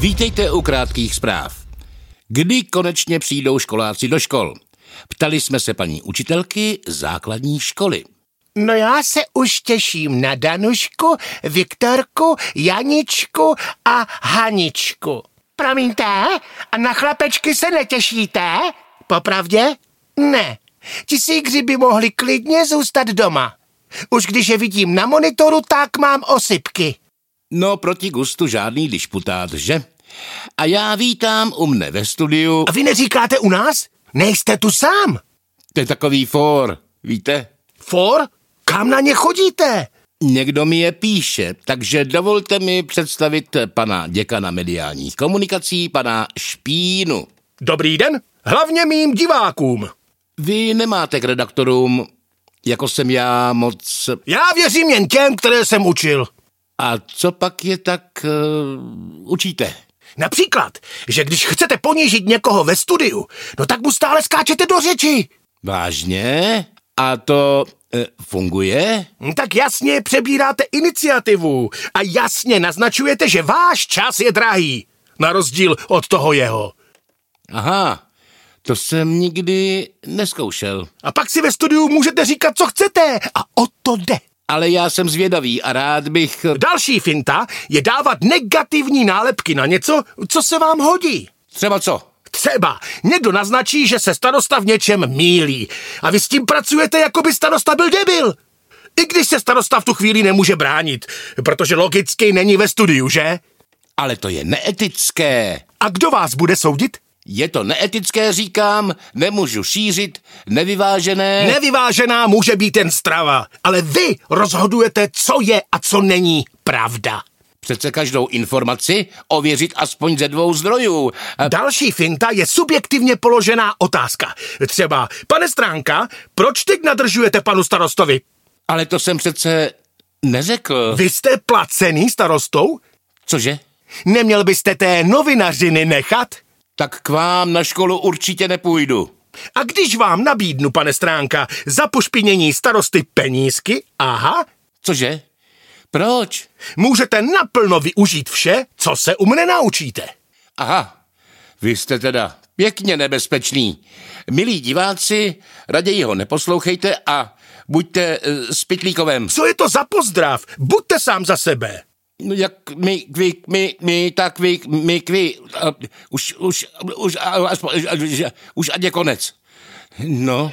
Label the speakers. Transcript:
Speaker 1: Vítejte u krátkých zpráv. Kdy konečně přijdou školáci do škol? Ptali jsme se paní učitelky základní školy.
Speaker 2: No já se už těším na Danušku, Viktorku, Janičku a Haničku. Promiňte, a na chlapečky se netěšíte? Popravdě? Ne. Ti sígři by mohli klidně zůstat doma. Už když je vidím na monitoru, tak mám osypky.
Speaker 1: No proti gustu žádný dišputát, že? A já vítám u mne ve studiu.
Speaker 2: A vy neříkáte u nás? Nejste tu sám.
Speaker 1: To je takový for, víte?
Speaker 2: For? Kam na ně chodíte?
Speaker 1: Někdo mi je píše, takže dovolte mi představit pana děkana mediálních komunikací, pana Špínu.
Speaker 2: Dobrý den, hlavně mým divákům.
Speaker 1: Vy nemáte k redaktorům, jako jsem já, moc...
Speaker 2: Já věřím jen těm, které jsem učil.
Speaker 1: A co pak je tak uh, učíte?
Speaker 2: Například, že když chcete ponížit někoho ve studiu, no tak mu stále skáčete do řeči.
Speaker 1: Vážně? A to eh, funguje?
Speaker 2: Hm, Tak jasně přebíráte iniciativu a jasně naznačujete, že váš čas je drahý, na rozdíl od toho jeho.
Speaker 1: Aha, to jsem nikdy neskoušel.
Speaker 2: A pak si ve studiu můžete říkat, co chcete a o to jde.
Speaker 1: Ale já jsem zvědavý a rád bych... eh,
Speaker 2: Další finta je dávat negativní nálepky na něco, co se vám hodí.
Speaker 1: Třeba co?
Speaker 2: Třeba někdo naznačí, že se starosta v něčem mílí a vy s tím pracujete, jako by starosta byl debil. I když se starosta v tu chvíli nemůže bránit, protože logicky není ve studiu, že?
Speaker 1: Ale to je neetické.
Speaker 2: A kdo vás bude soudit?
Speaker 1: Je to neetické, říkám, nemůžu šířit, nevyvážené...
Speaker 2: Nevyvážená může být jen strava, ale vy rozhodujete, co je a co není pravda.
Speaker 1: Přece každou informaci ověřit aspoň ze dvou zdrojů. Eh, A
Speaker 2: Další finta je subjektivně položená otázka. Třeba, pane Stránka, proč teď nadržujete panu starostovi?
Speaker 1: Ale to jsem přece neřekl.
Speaker 2: Vy jste placený starostou?
Speaker 1: Cože?
Speaker 2: Neměl byste té novinařiny nechat?
Speaker 1: Tak k vám na školu určitě nepůjdu.
Speaker 2: A když vám nabídnu, pane Stránka, za pošpinění starosty penízky, aha,
Speaker 1: Cože? Proč?
Speaker 2: můžete naplno využít vše, co se u mne naučíte.
Speaker 1: Aha, vy jste teda pěkně nebezpečný. Milí diváci, raději ho neposlouchejte a buďte eh, s pitlíkovem.
Speaker 2: Co je to za pozdrav? Buďte sám za sebe.
Speaker 1: No, Jak my, kvi, my, my, tak vy, my, kvi. A, Už, už, už, a, aspoň, a, že- už ať je konec. No.